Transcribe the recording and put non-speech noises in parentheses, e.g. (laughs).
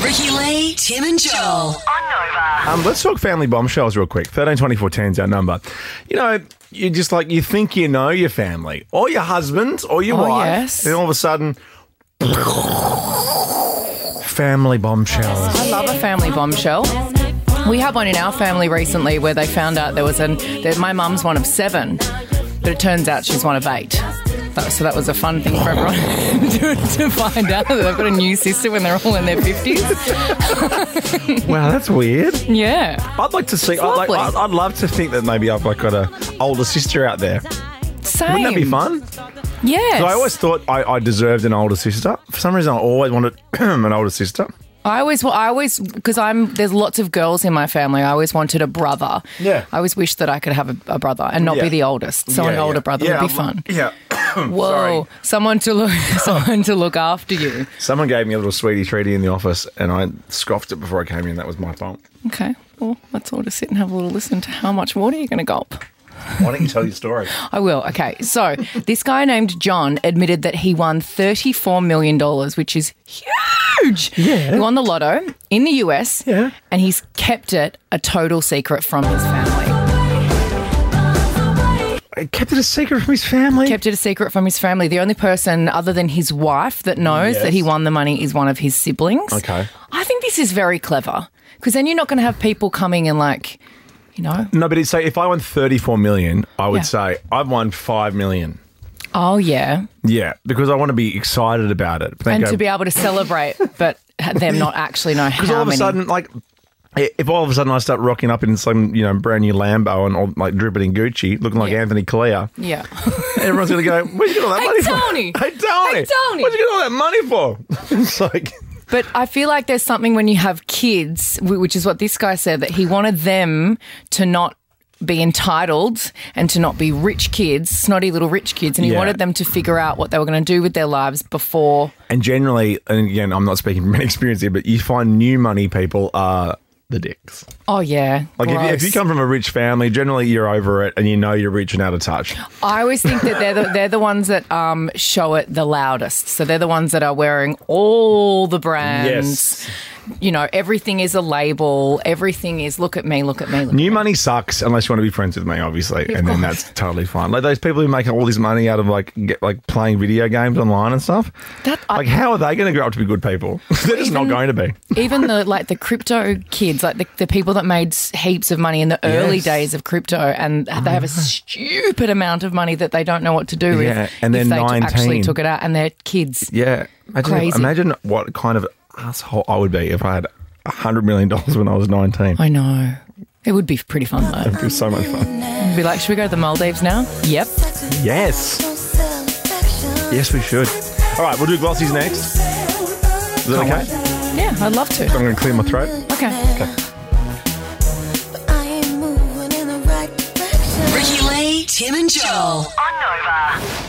Ricky Lee, Tim and Joel. Um, let's talk family bombshells real quick. 13 24 10 is our number. You know, you just like, you think you know your family or your husband or your Oh, wife. yes. Then all of a sudden, family bombshells. I love a family bombshell. We had one in our family recently where they found out there was an that my mum's one of seven, but it turns out she's one of eight. That- So that was a fun thing for everyone (laughs) to, to find out that they've got a new sister when they're all in their fifties. wow, that's weird. Yeah, I'd like to see, I'd, like, I'd, lovely. I'd love to think that maybe I've like got a older sister out there. same. Wouldn't that be fun? Yes. I always thought I, I deserved an older sister. For some reason, I always wanted (clears throat) an older sister. I always, well, I always, because I'm there's lots of girls in my family. I always wanted a brother. Yeah. I always wished that I could have a, a brother and not Yeah. be the oldest. So an Yeah, older yeah. brother Yeah, would be I'm- fun. Yeah. (clears throat) Whoa, sorry. someone to look, (laughs) someone to look after you. Someone gave me a little sweetie treaty in the office, and I scoffed it before I came in. That was my fault. Okay, well, let's all just sit and have a little listen to how much water you're going to gulp. Why don't you tell your story? I will. Okay. So, this guy named John admitted that he won $34 million, which is huge. Yeah. He won the lotto in the US. Yeah. And he's kept it a total secret from his family. (laughs) I kept it a secret from his family. Kept it a secret from his family. The only person other than his wife that knows Yes. that he won the money is one of his siblings. Okay. I think this is very clever because then you're not going to have people coming and, like, you know, no, but it's say if I won thirty-four million, I would Yeah. say I've won five million. oh, yeah. Yeah, because I want to be excited about it. But then and go- to be able to celebrate, but them not (laughs) actually know how all of many. a sudden, like, i- if all of a sudden I start rocking up in some you know brand new Lambo and all, like dripping in Gucci, looking like Yeah. Anthony Clear, yeah. everyone's gonna go, "Where'd you get all that Hey, money Tony! for?" (laughs) Hey Tony! Hey, Tony! Where'd you get all that money for? (laughs) it's like, But I feel like there's something when you have kids, wh- which is what this guy said, that he wanted them to not be entitled and to not be rich kids, snotty little rich kids. And he Yeah. wanted them to figure out what they were going to do with their lives before. And generally, and again, I'm not speaking from (laughs) any experience here, but you find new money people are the dicks. Oh, yeah. Like if you, if gross. you come from a rich family, generally you're over it and you know you're rich and out of touch. I always think that they're the, they're the ones that um, show it the loudest. So they're the ones that are wearing all the brands. You know, everything is a label. Everything is look at me, look at me. Look. New money sucks unless you want to be friends with me, obviously, and then that's totally fine. Like those people who make all this money out of like get, like playing video games online and stuff. That- I- like how are they going to grow up to be good people? (laughs) They're just not going to be. (laughs) Even the like the crypto kids, like the, the people that made s- heaps of money in the early Yes. Ah. days of crypto, and they have a stupid amount of money that they don't know what to do with. Yeah, and if they're they t- actually 19. took it out, and they're kids. Yeah, imagine, Crazy. imagine what kind of asshole I would be if I had hundred million dollars when I was nineteen. I know. It would be pretty fun though. It'd be so much fun. It'd be like, should we go to the Maldives now? Yep. Yes. Yes, we should. All right, we'll do glossies next. Is that (laughs) okay? Yeah, I'd love to. I'm going to clear my throat. Okay. Ricky Lee, Tim and Joel. On Nova.